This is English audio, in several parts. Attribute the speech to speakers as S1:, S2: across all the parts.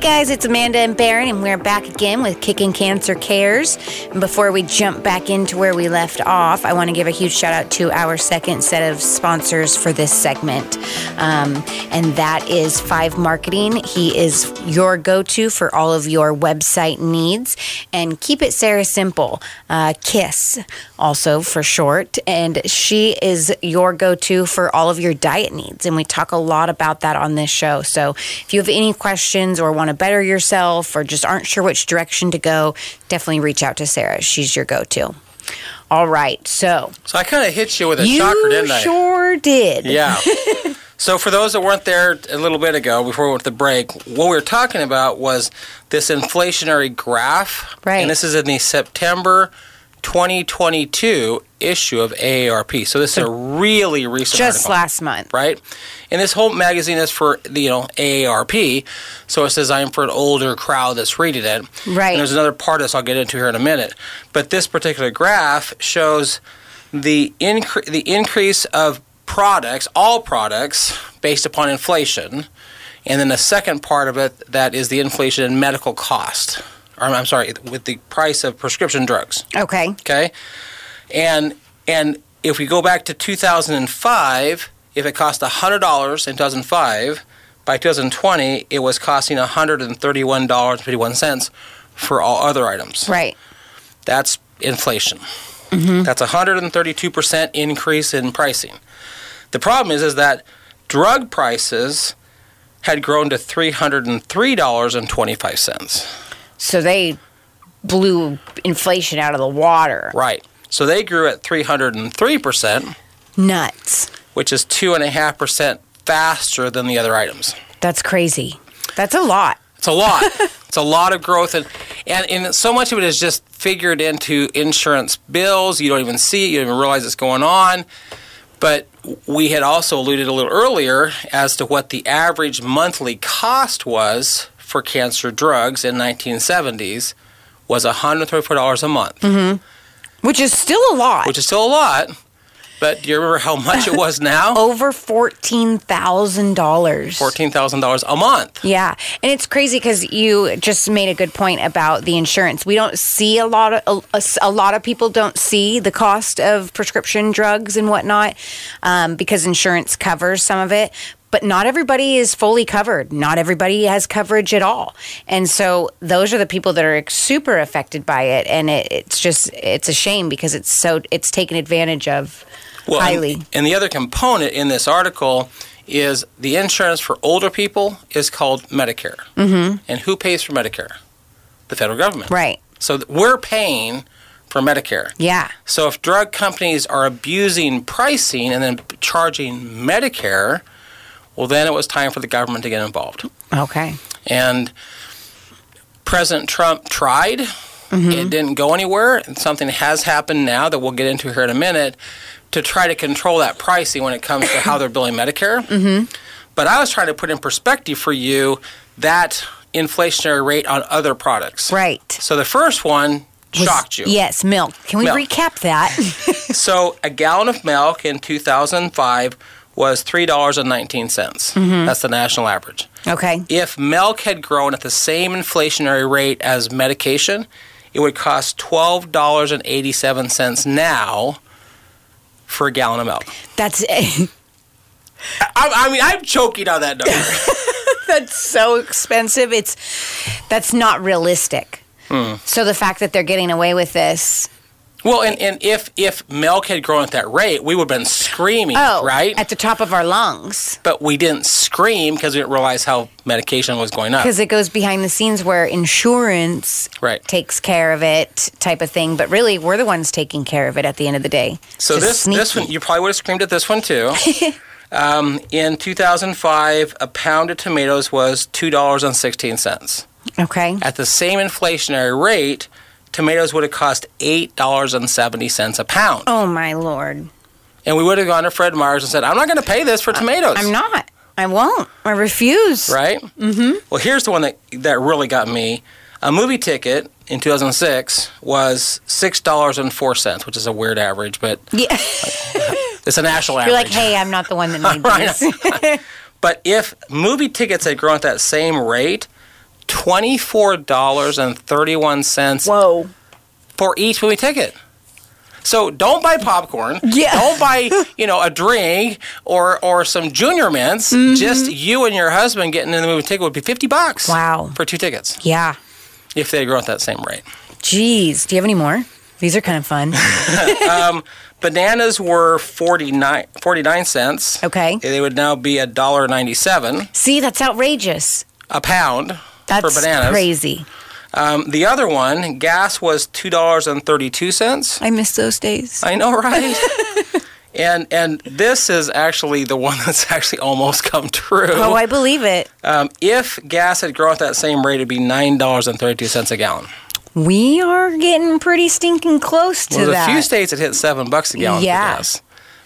S1: guys, it's Amanda and Baron, and we're back again with Kicking Cancer Cares. And before we jump back into where we left off, I want to give a huge shout out to our second set of sponsors for this segment, um, and that is Five Marketing. He is your go to for all of your website needs. And keep it Sarah simple, uh, KISS, also for short. And she is your go to for all of your diet needs. And we talk a lot about that on this show. So if you have any questions or want to better yourself or just aren't sure which direction to go, definitely reach out to Sarah. She's your go to. All right. So
S2: So I kind of hit you with a
S1: you
S2: shocker, didn't I?
S1: sure did.
S2: Yeah. so for those that weren't there a little bit ago, before we went to the break, what we were talking about was this inflationary graph.
S1: Right.
S2: And this is in the September 2022 issue of AARP. So this is a really recent
S1: Just
S2: article,
S1: last month.
S2: Right, and this whole magazine is for the you know AARP, so it's designed for an older crowd that's reading it.
S1: Right.
S2: And there's another part of this I'll get into here in a minute, but this particular graph shows the incre- the increase of products, all products, based upon inflation, and then the second part of it that is the inflation in medical cost. Or, I'm sorry, with the price of prescription drugs.
S1: Okay.
S2: Okay, and and if we go back to 2005, if it cost hundred dollars in 2005, by 2020 it was costing 131 dollars 51 cents for all other items.
S1: Right.
S2: That's inflation. That's a 132% increase in pricing. The problem is, is that drug prices had grown to $303.25.
S1: So they blew inflation out of the water.
S2: Right. So they grew at 303%,
S1: Nuts.
S2: which is 2.5% faster than the other items.
S1: That's crazy. That's a lot.
S2: It's a lot. it's a lot of growth, and, and and so much of it is just figured into insurance bills. You don't even see it. You don't even realize it's going on. But we had also alluded a little earlier as to what the average monthly cost was for cancer drugs in 1970s was $134 a month,
S1: Which is still a lot.
S2: which is still a lot. But do you remember how much it was now?
S1: over fourteen thousand dollars.
S2: $14,000 a month.
S1: Yeah, and it's crazy because you just made a good point about the insurance. We don't see a lot of a, a lot of people don't see the cost of prescription drugs and whatnot um, because insurance covers some of it. But not everybody is fully covered. Not everybody has coverage at all, and so those are the people that are super affected by it. And it, it's just it's a shame because it's so it's taken advantage of
S2: Well, and-
S1: highly.
S2: And, the other component in this article is the insurance for older people is called Medicare. Mm-hmm. And who pays for Medicare? The federal government.
S1: Right?
S2: So th- we're paying for Medicare.
S1: Yeah.
S2: So if drug companies are abusing pricing and then p- charging Medicare, well, then it was time for the government to get involved.
S1: Okay.
S2: And President Trump tried.
S1: Mm-hmm.
S2: It didn't go anywhere. And something has happened now that we'll get into here in a minute to try to control that pricing when it comes to how they're billing Medicare. Mm-hmm. But I was trying to put in perspective for you that inflationary rate on other products.
S1: Right.
S2: So the first one
S1: was-
S2: shocked you.
S1: Yes, milk. Can we
S2: Milk.
S1: recap that?
S2: So a gallon of milk in 2005 was $3.19. cents
S1: Mm-hmm.
S2: That's the national average.
S1: okay.
S2: If milk had grown at the same inflationary rate as medication, it would cost twelve dollars and eighty-seven cents now for a gallon of milk.
S1: That's
S2: I, I mean, I'm choking on that number.
S1: that's so expensive. It's that's not realistic.
S2: Hmm.
S1: So the fact that they're getting away with this,
S2: well, and, and if if milk had grown at that rate, we would have been screaming,
S1: oh,
S2: right?
S1: at the top of our lungs,
S2: but we didn't scream because we didn't realize how medication was going up.
S1: because it goes behind the scenes where insurance
S2: Right.
S1: takes care of it, type of thing. But really, we're the ones taking care of it at the end of the day.
S2: So
S1: Just
S2: this this
S1: sneaky.
S2: one you probably would have screamed at this one too. um, in 2005, a pound of tomatoes was two dollars and sixteen cents.
S1: okay,
S2: At the same inflationary rate, tomatoes would have cost $8.70 a pound.
S1: oh my lord,
S2: And we would have gone to Fred Meyer's and said, I'm not going to pay this for tomatoes.
S1: I'm not, I won't, I refuse.
S2: Right? Mm-hmm. Well, here's the one that, that really got me. A movie ticket in 2006 was $6.04, which is a weird average, but
S1: Yeah.
S2: it's a national
S1: You're like,
S2: average.
S1: hey, I'm not the one that made
S2: Right.
S1: this.
S2: but if movie tickets had grown at that same rate, $24.31
S3: Whoa.
S2: for each movie ticket. So don't buy popcorn.
S3: Yeah.
S2: Don't buy, you know, a drink or or some junior mints.
S1: Mm-hmm.
S2: Just you and your husband getting in the movie ticket would be 50 bucks.
S1: Wow.
S2: For two tickets
S1: Yeah.
S2: if they grow at that same rate.
S1: Jeez. Do you have any more? These are kind of fun.
S2: Bananas were 49, 49 cents.
S1: Okay.
S2: They would now be a dollar ninety seven
S1: See, that's outrageous.
S2: a pound
S1: That's
S2: for bananas.
S1: crazy.
S2: Um, the other one, gas was two dollars and thirty two cents.
S3: I miss those days.
S2: I know, right? and and this is actually the one that's actually almost come true.
S1: Oh, I believe it.
S2: um, if gas had grown at that same rate, it'd be nine dollars and thirty-two cents a gallon.
S1: We are getting pretty stinking close to
S2: Well, there's
S1: that.
S2: a few states that hit seven bucks a gallon
S1: Yeah.
S2: for gas,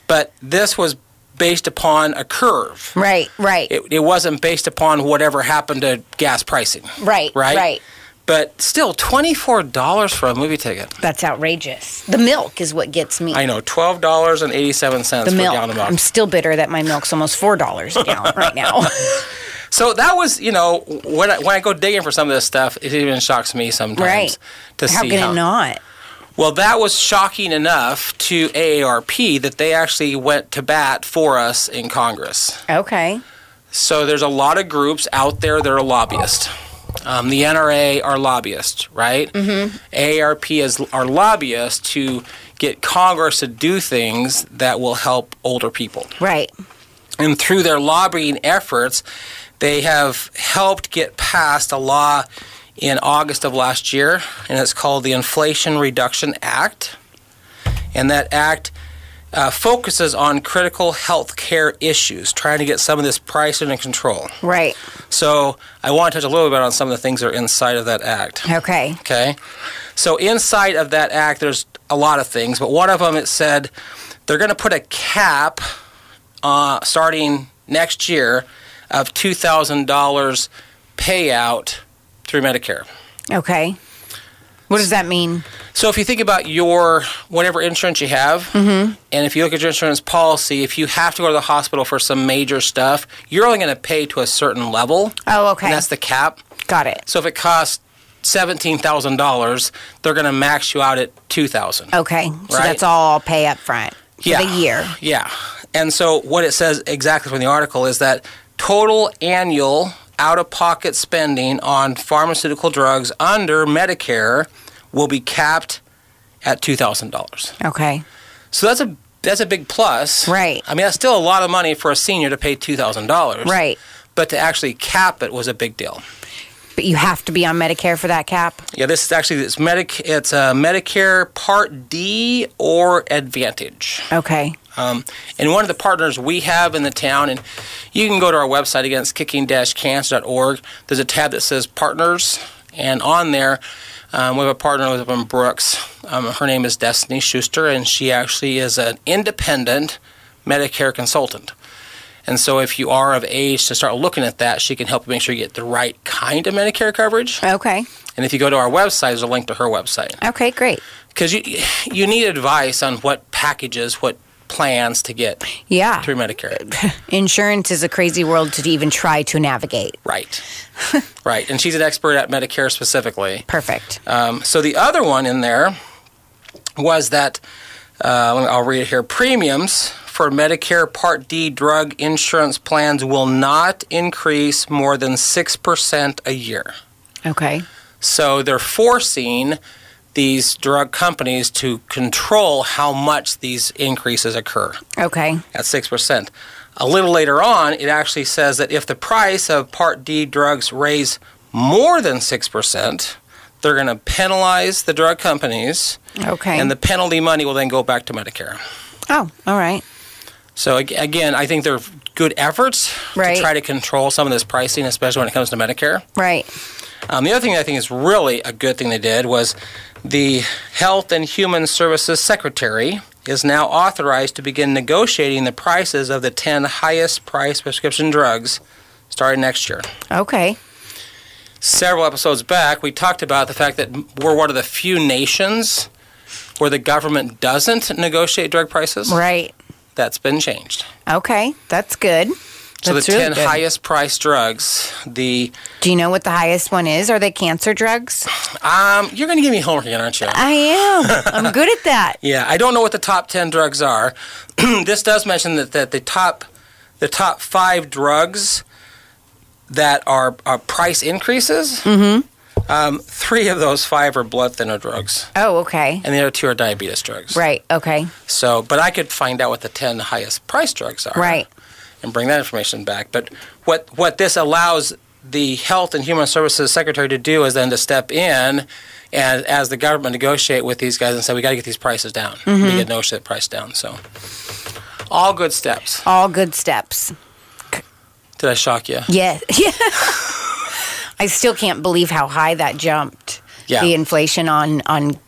S2: but this was based upon a curve.
S1: right, right,
S2: It, it wasn't based upon whatever happened to gas pricing,
S1: right,
S2: right?
S1: right,
S2: But still, twenty-four dollars for a movie ticket.
S1: That's outrageous. The milk is what gets me.
S2: I know, twelve dollars and eighty-seven cents
S1: the
S2: for a
S1: milk.
S2: gallon of milk.
S1: I'm still bitter that my milk's almost four dollars a gallon right now.
S2: So that was, you know, when I, when I go digging for some of this stuff, it even shocks me sometimes
S1: Right.
S2: to
S1: How
S2: see
S1: can
S2: how.
S1: it not?
S2: Well, that was shocking enough to AARP that they actually went to bat for us in Congress.
S1: Okay.
S2: So there's a lot of groups out there that are lobbyists. Um, the NRA are lobbyists, right? Mm-hmm. AARP is are lobbyists to get Congress to do things that will help older people.
S1: Right.
S2: And through their lobbying efforts, they have helped get passed a law in August of last year, and it's called the Inflation Reduction Act. And that act uh, focuses on critical health care issues, trying to get some of this price under control.
S1: Right.
S2: So I want to touch a little bit on some of the things that are inside of that act.
S1: Okay.
S2: Okay. So inside of that act, there's a lot of things, but one of them it said they're going to put a cap uh, starting next year of two thousand dollars payout through Medicare.
S1: Okay. What does that mean?
S2: So if you think about your whatever insurance you have, and if you look at your insurance policy, if you have to go to the hospital for some major stuff, you're only going to pay to a certain level.
S1: Oh, okay.
S2: And that's the cap.
S1: Got it.
S2: So if it costs seventeen thousand dollars, they're going to max you out at two thousand.
S1: Okay. So
S2: Right.
S1: that's all I'll pay up front for
S2: Yeah.
S1: the year.
S2: Yeah. And so what it says exactly from the article is that total annual out of pocket spending on pharmaceutical drugs under Medicare will be capped at two thousand dollars.
S1: Okay.
S2: So that's a that's a big plus.
S1: Right.
S2: I mean that's still a lot of money for a senior to pay two thousand dollars.
S1: Right.
S2: But to actually cap it was a big deal.
S1: But you have to be on Medicare for that cap.
S2: Yeah, this is actually it's medic it's uh, Medicare Part D or Advantage.
S1: Okay.
S2: Um, and one of the partners we have in the town, and you can go to our website again, it's kicking-cancer.org. There's a tab that says partners, and on there, um, we have a partner with in Brooks. Um, her name is Destiny Schuster, and she actually is an independent Medicare consultant. And so, if you are of age to start looking at that, she can help you make sure you get the right kind of Medicare coverage.
S1: Okay.
S2: And if you go to our website, there's a link to her website
S1: Okay. Great.
S2: because you you need advice on what packages, what plans to get
S1: Yeah.
S2: through Medicare.
S1: Insurance is a crazy world to even try to navigate.
S2: right. Right. And she's an expert at Medicare specifically.
S1: Perfect.
S2: Um, so the other one in there was that, uh, let me- I'll read it here premiums for Medicare Part D drug insurance plans will not increase more than 6% a year.
S1: Okay.
S2: So they're forcing these drug companies to control how much these increases occur.
S1: Okay.
S2: at 6%. A little later on, it actually says that if the price of Part D drugs raise more than 6%, they're going to penalize the drug companies,
S1: Okay.
S2: and the penalty money will then go back to Medicare.
S1: oh, all right.
S2: So, ag- again, I think they're good efforts
S1: Right.
S2: to try to control some of this pricing, especially when it comes to Medicare.
S1: Right.
S2: Um, the other thing I think is really a good thing they did was the Health and Human Services Secretary is now authorized to begin negotiating the prices of the 10 highest priced prescription drugs starting next year.
S1: Okay.
S2: Several episodes back, we talked about the fact that we're one of the few nations where the government doesn't negotiate drug prices.
S1: Right.
S2: That's been changed.
S1: Okay. That's good.
S2: So
S3: That's
S2: the
S3: really
S2: 10
S3: good.
S2: highest priced drugs, the
S1: Do you know what the highest one is? Are they cancer drugs?
S2: um, you're going to give me homework again, aren't you?
S1: I am. I'm good at that.
S2: Yeah, I don't know what the top ten drugs are. this does mention that, that the top the top five drugs that are, are price increases. Mm-hmm. Um, three of those five are blood thinner drugs,
S1: Oh, okay.
S2: and the other two are diabetes drugs.
S1: Right. Okay.
S2: So, but I could find out what the ten highest price drugs are.
S1: Right.
S2: And bring that information back. But what what this allows the Health and Human Services Secretary to do is then to step in and as the government negotiate with these guys and say we got to get these prices down.
S1: Mm-hmm.
S2: We get no shit price down. So, all good steps.
S1: All good steps.
S2: Did I shock you?
S1: Yeah. Yeah. I still can't believe how high that jumped.
S2: Yeah.
S1: The inflation on on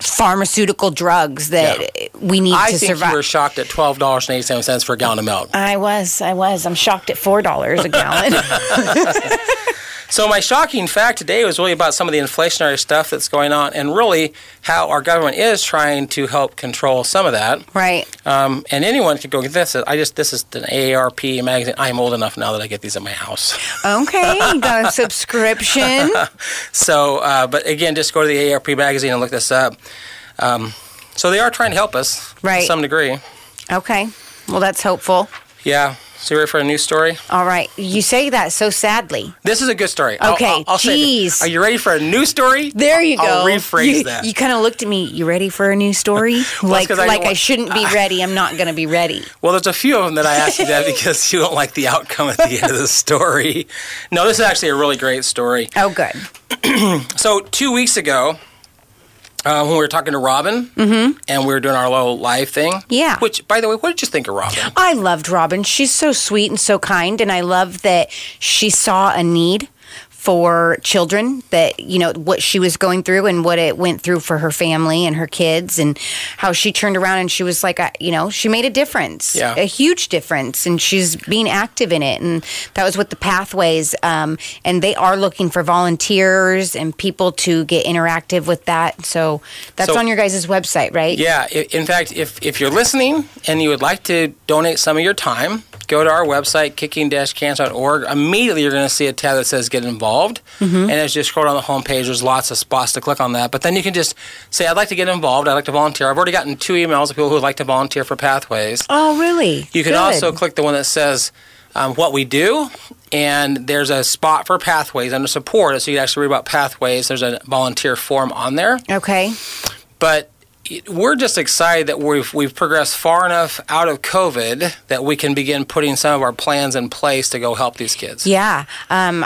S1: pharmaceutical drugs that we need
S2: I
S1: to
S2: think
S1: survive.
S2: you were shocked at twelve dollars and eighty seven cents for a gallon of milk.
S1: I was. I was. I'm shocked at four dollars a gallon.
S2: So my shocking fact today was really about some of the inflationary stuff that's going on, and really how our government is trying to help control some of that.
S1: right.
S2: Um, and anyone could go get this. I just this is an AARP magazine. I'm old enough now that I get these at my house.
S1: Okay. Got a subscription.
S2: So, uh, but again, just go to the AARP magazine and look this up. Um, so they are trying to help us,
S1: Right.
S2: To some degree.
S1: Okay. Well, that's hopeful.
S2: Yeah. So you ready for a new story?
S1: All right. You say that so sadly.
S2: This is a good story. I'll-
S1: Okay,
S2: I'll, I'll say it.
S1: jeez.
S2: Are you ready for a new story?
S1: There you go.
S2: I'll rephrase
S1: you,
S2: that.
S1: You kind of looked at me. You ready for a new story? like,
S2: 'cause I
S1: like
S2: don't-
S1: I shouldn't be ready. I'm not going to be ready.
S2: Well, there's a few of them that I asked you that because you don't like the outcome at the end of the story. No, this is actually a really great story.
S1: Oh, good.
S2: So two weeks ago, uh, when we were talking to Robin, mm-hmm. and we were doing our little live thing,
S1: Yeah.
S2: Which, by the way, what did you think of Robin?
S1: I loved Robin. She's so sweet and so kind, and I love that she saw a need for children that you know what she was going through and what it went through for her family and her kids and how she turned around and she was like I, you know she made a difference
S2: Yeah.
S1: a huge difference and she's being active in it and that was with the pathways um, and they are looking for volunteers and people to get interactive with that so that's
S2: So-
S1: on your guys' website right
S2: Yeah. i- In fact, if if you're listening and you would like to donate some of your time, go to our website kicking-cancer.org. Immediately, you're going to see a tab that says "Get Involved," and as you scroll down the homepage, there's lots of spots to click on that. But then you can just say, "I'd like to get involved. I'd like to volunteer." I've already gotten two emails of people who would like to volunteer for Pathways.
S1: oh really
S2: You can
S1: Good.
S2: also click the one that says um, what we do, and there's a spot for pathways under support. So you can actually read about pathways. There's a volunteer form on there.
S1: okay
S2: But it- we're just excited that we've, we've progressed far enough out of COVID that we can begin putting some of our plans in place to go help these kids.
S1: Yeah, um,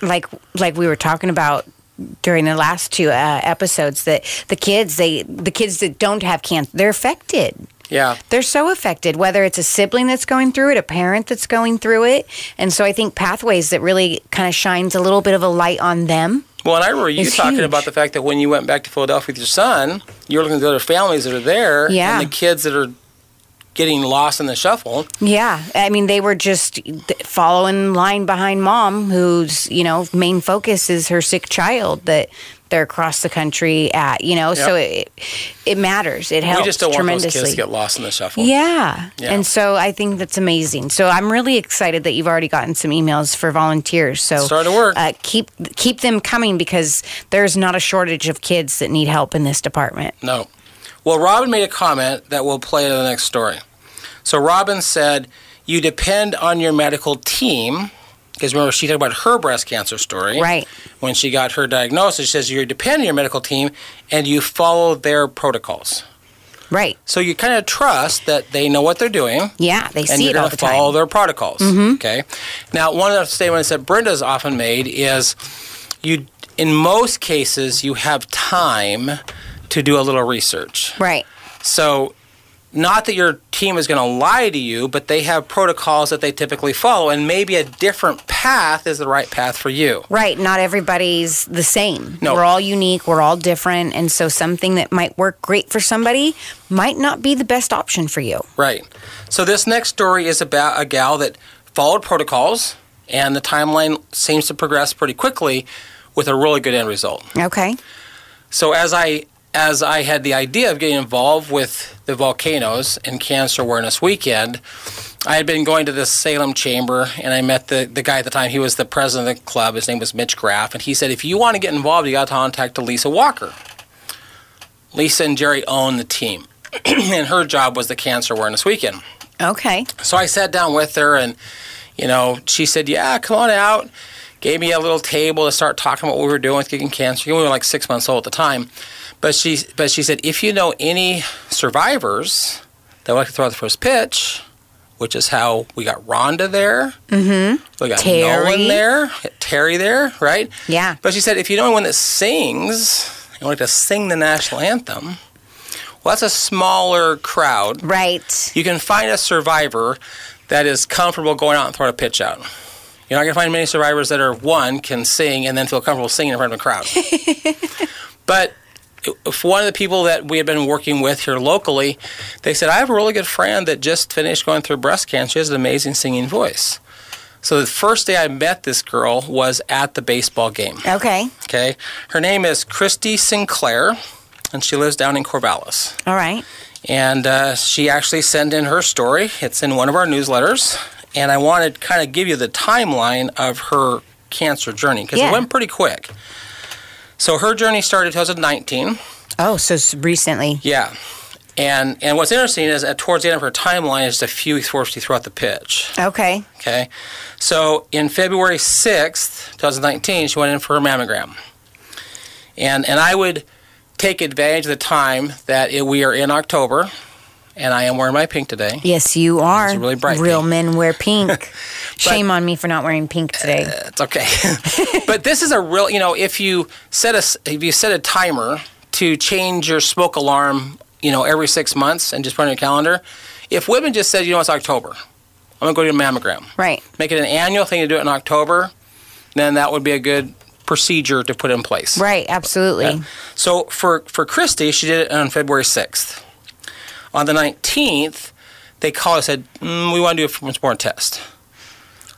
S1: like like we were talking about during the last two uh, episodes that the kids they the kids that don't have cancer they're affected.
S2: Yeah.
S1: They're so affected, whether it's a sibling that's going through it, a parent that's going through it, and so I think pathways that really kind of shines a little bit of a light on them.
S2: Well, and I remember you
S1: It's
S2: talking
S1: huge.
S2: about the fact that when you went back to Philadelphia with your son, you were looking at the other families that are there
S1: Yeah.
S2: and the kids that are getting lost in the shuffle.
S1: Yeah, I mean they were just th- following line behind mom, whose you know main focus is her sick child that they're across the country at. You know, so it it matters. It helps
S2: we just don't want those
S1: tremendously.
S2: kids to get lost in the shuffle.
S1: Yeah.
S2: Yeah.
S1: And so I think that's amazing. So I'm really excited that you've already gotten some emails for volunteers. So
S2: Starting to work.
S1: Uh, keep keep them coming because there's not a shortage of kids that need help in this department.
S2: No. Well, Robin made a comment that will play into the next story. So Robin said, "You depend on your medical team." Because remember, she talked about her breast cancer story.
S1: Right.
S2: When she got her diagnosis, she says, You depend on your medical team and you follow their protocols.
S1: Right.
S2: So you kind of trust that they know what they're doing
S1: Yeah. They
S2: and
S1: see
S2: you're
S1: it all
S2: going
S1: the
S2: to
S1: time. Mm-hmm.
S2: follow their protocols. Okay. Now, one of the statements that Brenda's often made is, "You, in most cases, you have time to do a little research."
S1: right.
S2: So, not that your team is going to lie to you, but they have protocols that they typically follow, and maybe a different path is the right path for you.
S1: Right. Not everybody's the same.
S2: No.
S1: We're all unique. We're all different. And so something that might work great for somebody might not be the best option for you.
S2: Right. So, this next story is about a gal that followed protocols, and the timeline seems to progress pretty quickly with a really good end result.
S1: Okay.
S2: So, as I as I had the idea of getting involved with the volcanoes and Cancer Awareness Weekend, I had been going to the Salem Chamber and I met the, the guy at the time. He was the president of the club. His name was Mitch Graff. And he said, if you want to get involved, you got to contact Lisa Walker. Lisa and Jerry own the team, and her job was the Cancer Awareness Weekend.
S1: Okay.
S2: So I sat down with her, and you know, she said, "Yeah, come on out." Gave me a little table to start talking about what we were doing with kicking cancer. We were like six months old at the time, but she but she said, "If you know any survivors that would like to throw out the first pitch." Which is how we got Rhonda there. Mm-hmm. We got
S1: Terry.
S2: Nolan there, Terry there, right?
S1: Yeah.
S2: But she said, if you know anyone that sings and would like to sing the national anthem, well, that's a smaller crowd
S1: Right.
S2: you can find a survivor that is comfortable going out and throwing a pitch out. You're not going to find many survivors that are one can sing and then feel comfortable singing in front of a crowd. but if one of the people that we had been working with here locally, they said, "I have a really good friend that just finished going through breast cancer. She has an amazing singing voice." So the first day I met this girl was at the baseball game.
S1: Okay.
S2: Okay, her name is Christy Sinclair, and she lives down in Corvallis
S1: All right.
S2: and uh, she actually sent in her story. It's in one of our newsletters, and I wanted to kind of give you the timeline of her cancer journey because
S1: Yeah.
S2: it went pretty quick. So her journey started in 2019.
S1: Oh, so s- recently.
S2: Yeah. And, and what's interesting is at towards the end of her timeline is just a few weeks before she threw out the pitch.
S1: Okay.
S2: Okay. So in February 6th, 2019, she went in for her mammogram. And, and I would take advantage of the time that it, we are in October, and I am wearing my pink today.
S1: Yes, you are.
S2: It's really bright
S1: Real
S2: pink.
S1: men wear pink. Shame on me for not wearing pink today.
S2: It's okay. but this is a real, you know, if you set a s- if you set a timer to change your smoke alarm, you know, every 6 months and just put it on your calendar, if women just said, you know, it's October. I'm going to go do a mammogram.
S1: right.
S2: Make it an annual thing to do it in October, then that would be a good procedure to put in place.
S1: Right. Absolutely.
S2: So for for Christy, she did it on February 6th. On the 19th, they called and said, mm, "We want to do a performance-born test."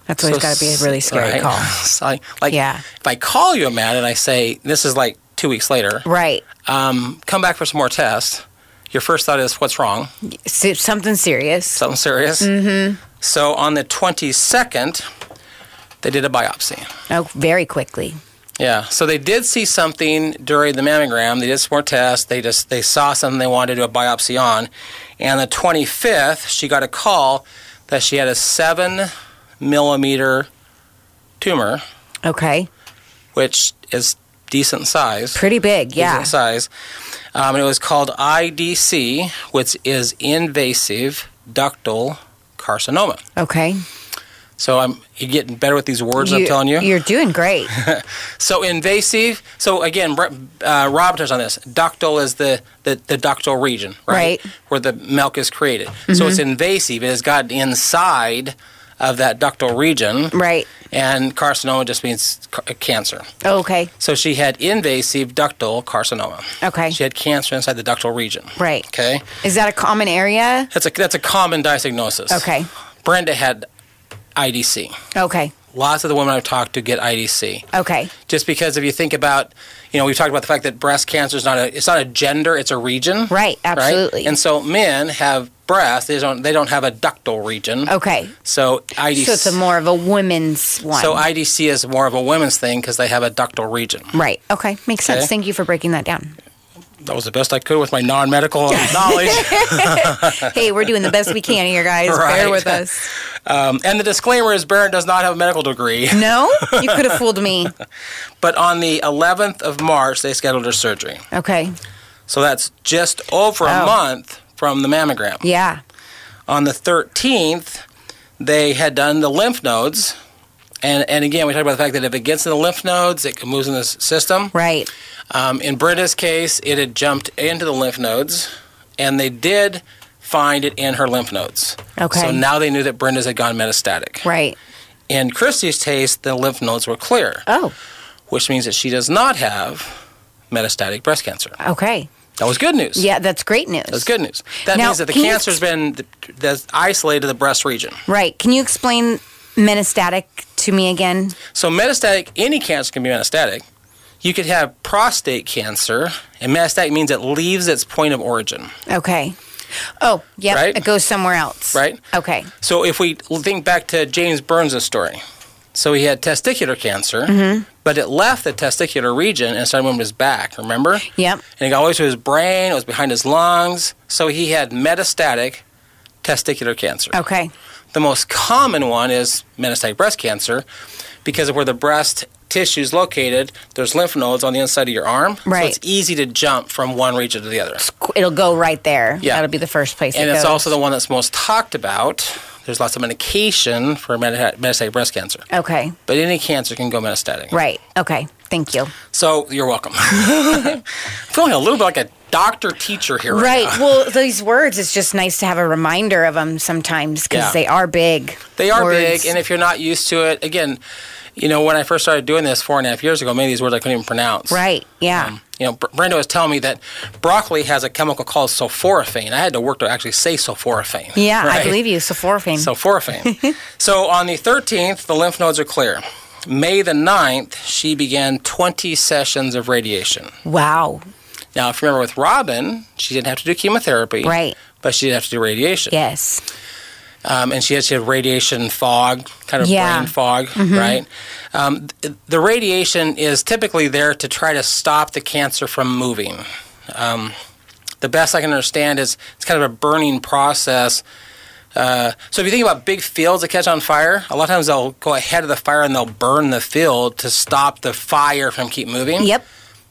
S1: That's always got to be a really scary
S2: right.
S1: call.
S2: So I- like,
S1: Yeah.
S2: if I call you, Matt, and I say this is like two weeks later,
S1: Right.
S2: um, come back for some more tests. Your first thought is, "What's wrong?
S1: S- something serious.
S2: Something serious?" Mm-hmm. So on the 22nd, they did a biopsy.
S1: Oh, very quickly.
S2: Yeah. So they did see something during the mammogram. They did some more tests. They just they saw something they wanted to do a biopsy on. And the 25th, she got a call that she had a seven millimeter tumor,
S1: Okay.
S2: which is decent size.
S1: Pretty big. Yeah.
S2: Decent size. Um, and it was called IDC, which is invasive ductal carcinoma.
S1: Okay.
S2: So I'm you're getting better with these words. I'm telling you.
S1: You're doing great.
S2: So invasive. So again, Ro- uh, Rob touched on this. Ductal is the, the, the ductal region, right?
S1: Right. Mm-hmm.
S2: Where the milk is created. So it's invasive. It has gotten inside of that ductal region.
S1: right. Oh,
S2: And carcinoma just means ca- cancer.
S1: Okay.
S2: So she had invasive ductal carcinoma.
S1: Okay.
S2: She had cancer inside the ductal region.
S1: Right.
S2: Okay.
S1: Is that a common area?
S2: That's a that's a common diagnosis.
S1: Okay.
S2: Brenda had IDC.
S1: Okay.
S2: Lots of the women I've talked to get IDC.
S1: Okay.
S2: just because if you think about you know we've talked about the fact that breast cancer is not a it's not a gender it's a region
S1: Right, absolutely.
S2: and so men have breasts they don't they don't have a ductal region
S1: Okay.
S2: so IDC
S1: So it's a more of a women's one.
S2: so IDC is more of a women's thing because they have a ductal region
S1: right. Okay. Makes sense.
S2: Okay.
S1: Thank you for breaking that down.
S2: that was the best I could with my non medical knowledge
S1: hey, we're doing the best we can here, guys.
S2: Right.
S1: Bear with us.
S2: um, and the disclaimer is Barron does not have a medical degree
S1: No, you could have fooled me.
S2: but on the 11th of March they scheduled her surgery
S1: Okay.
S2: so that's just over a
S1: Oh.
S2: month from the mammogram
S1: Yeah.
S2: on the 13th, they had done the lymph nodes. And, and again, we talked about the fact that if it gets in the lymph nodes, it can move in the s- system.
S1: Right.
S2: Um, in Brenda's case, it had jumped into the lymph nodes, and they did find it in her lymph nodes.
S1: Okay.
S2: So now they knew that Brenda's had gone metastatic.
S1: Right.
S2: In Christy's case, the lymph nodes were clear,
S1: Oh.
S2: which means that she does not have metastatic breast cancer.
S1: Okay.
S2: That was good news.
S1: Yeah, that's great news.
S2: That's good news. That
S1: Now,
S2: means that the
S1: can you
S2: cancer's been th- that's isolated to the breast region.
S1: Right. Can you explain metastatic to me again?
S2: So metastatic, any cancer can be metastatic. You could have prostate cancer, and metastatic means it leaves its point of origin.
S1: Okay. Oh, yeah.
S2: Right?
S1: It goes somewhere else.
S2: Right.
S1: Okay.
S2: So if we think back to James Burns' story, so he had testicular cancer, but it left the testicular region and started moving his back. Remember?
S1: Yep.
S2: And it got all the way to his brain. It was behind his lungs. So he had metastatic testicular cancer.
S1: Okay.
S2: The most common one is metastatic breast cancer because of where the breast tissue is located. There's lymph nodes on the inside of your arm, so
S1: Right.
S2: it's easy to jump from one region to the other.
S1: Qu- It'll go right there.
S2: Yeah.
S1: That'll be the first place.
S2: And
S1: it
S2: it's
S1: goes.
S2: also the one that's most talked about. There's lots of medication for meta- metastatic breast cancer,
S1: Okay.
S2: but any cancer can go metastatic.
S1: Right. Okay. Thank you.
S2: So you're welcome. I'm feeling a little bit like a doctor teacher here.
S1: Right.
S2: now.
S1: Well, these words, it's just nice to have a reminder of them sometimes because
S2: Yeah.
S1: they are big.
S2: They are
S1: words.
S2: big, and if you're not used to it, again, you know, when I first started doing this four and a half years ago, many of these words I couldn't even pronounce.
S1: Right. Yeah.
S2: You know, Br- Brando was telling me that broccoli has a chemical called sulforaphane. I had to work to actually say sulforaphane.
S1: yeah. I
S2: right?
S1: believe you. Sulforaphane.
S2: Sulforaphane. so on the 13th, the lymph nodes are clear. May the 9th, she began 20 sessions of radiation.
S1: wow.
S2: Now, if you remember with Robin, she didn't have to do chemotherapy.
S1: Right.
S2: But she did have to do radiation.
S1: Yes.
S2: Um, and she had, she had radiation fog, kind of
S1: Yeah. Mm-hmm.
S2: brain fog, right? Um, th- the radiation is typically there to try to stop the cancer from moving. Um, the best I can understand is it's kind of a burning process. Uh, so if you think about big fields that catch on fire, a lot of times they'll go ahead of the fire and they'll burn the field to stop the fire from keep moving.
S1: Yep.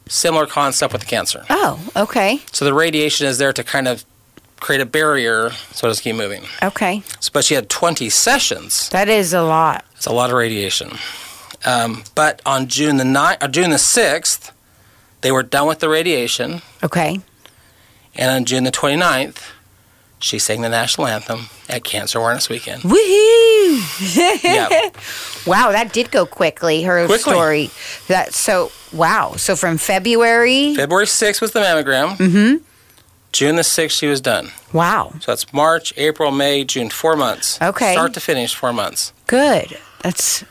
S2: Similar concept with the cancer.
S1: Oh, okay.
S2: So the radiation is there to kind of create a barrier so it doesn't keep moving.
S1: Okay.
S2: So, but she had 20 sessions.
S1: That is a lot.
S2: It's a lot of radiation. Um, but on June the 9th, or June the 6th, they were done with the radiation.
S1: Okay.
S2: And on June the 29th, she sang the national anthem at Cancer Awareness Weekend.
S1: Woohoo!
S2: Yeah.
S1: wow, that did go quickly. Her
S2: Quickly.
S1: story. That so wow. So from February.
S2: February 6th was the mammogram. Mm-hmm. June the 6th, she was done.
S1: wow.
S2: So that's March, April, May, June, four months.
S1: Okay.
S2: Start to finish, four months.
S1: Good. That's.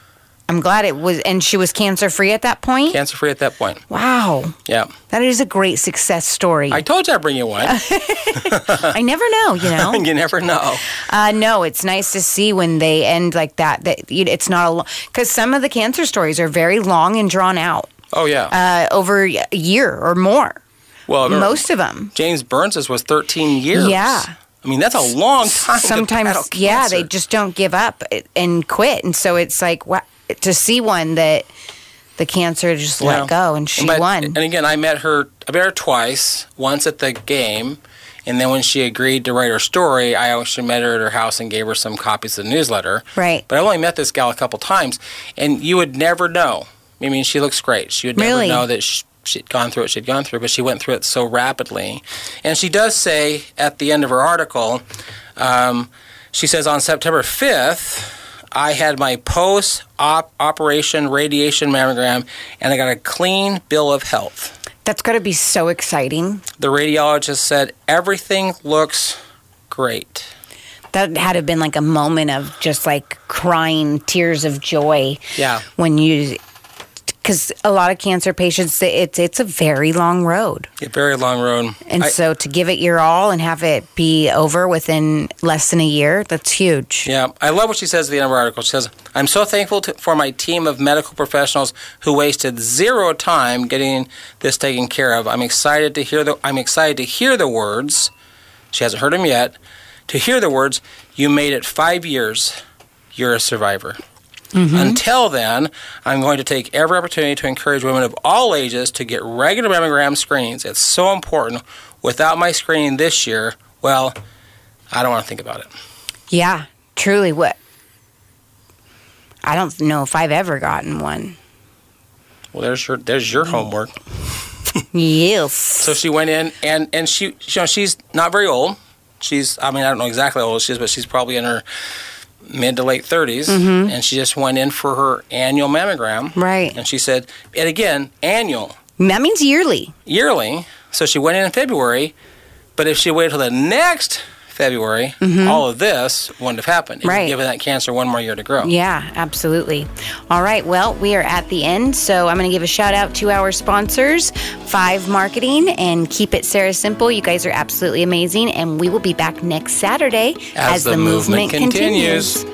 S1: I'm glad it was, and she was cancer free at that point.
S2: Cancer free at that point.
S1: Wow,
S2: Yeah.
S1: that is a great success story.
S2: I
S1: I,
S2: told you I'd bring you one.
S1: never know, you know.
S2: you never know.
S1: Uh, no, it's nice to see when they end like that. That you, it's not a because some of the cancer stories are very long and drawn out,
S2: Oh, yeah.
S1: uh, over a year or more.
S2: well, remember,
S1: Most of them.
S2: James Burns' was 13 years.
S1: Yeah.
S2: I mean, that's a long time. to battle
S1: Sometimes, yeah,
S2: cancer.
S1: they just don't give up and quit, and so it's like wha- to see one that the cancer just
S2: Yeah.
S1: let go and she
S2: But-
S1: won.
S2: And again, I met her. I met her twice. Once at the game, and then when she agreed to write her story, I actually met her at her house and gave her some copies of the newsletter.
S1: Right.
S2: But I only met this gal a couple times, and you would never know. I mean, she looks great. She would never
S1: Really?
S2: know that she, she'd gone through what she'd gone through, but she went through it so rapidly. And she does say at the end of her article, um, she says on September 5th, I had my post op operation radiation mammogram and I got a clean bill of health.
S1: That's got to be so exciting.
S2: The radiologist said everything looks great.
S1: That had to have been like a moment of just like crying tears of joy.
S2: Yeah.
S1: When you, because a lot of cancer patients, it's it's a very long road,
S2: A very long road.
S1: and
S2: I-
S1: so to give it your all and have it be over within less than a year, that's huge.
S2: yeah, I love what she says at the end of her article. She says, I'm so thankful to, for my team of medical professionals who wasted zero time getting this taken care of. I'm excited to hear the I'm excited to hear the words. She hasn't heard them yet. To hear the words, you made it five years. You're a survivor. Until then, I'm going to take every opportunity to encourage women of all ages to get regular mammogram screenings. It's so important. Without my screening this year, well, I don't want to think about it.
S1: Yeah, truly. What? I don't know if I've ever gotten one.
S2: Well, there's your there's your homework.
S1: Yes.
S2: So she went in, and and she you know she's not very old. She's I mean I don't know exactly how old she is, but she's probably in her mid to late 30s and she just went in for her annual mammogram.
S1: Right.
S2: And she said, and again, annual,
S1: that means yearly.
S2: yearly. So she went in in February, but if she waited till the next February, all of this wouldn't have happened. It would have
S1: Right.
S2: Given that cancer one more year to grow.
S1: Yeah, absolutely. All right, well, we are at the end, so I'm going to give a shout out to our sponsors, Five Marketing and Keep It Sarah Simple. You guys are absolutely amazing, and we will be back next Saturday
S2: As the movement continues.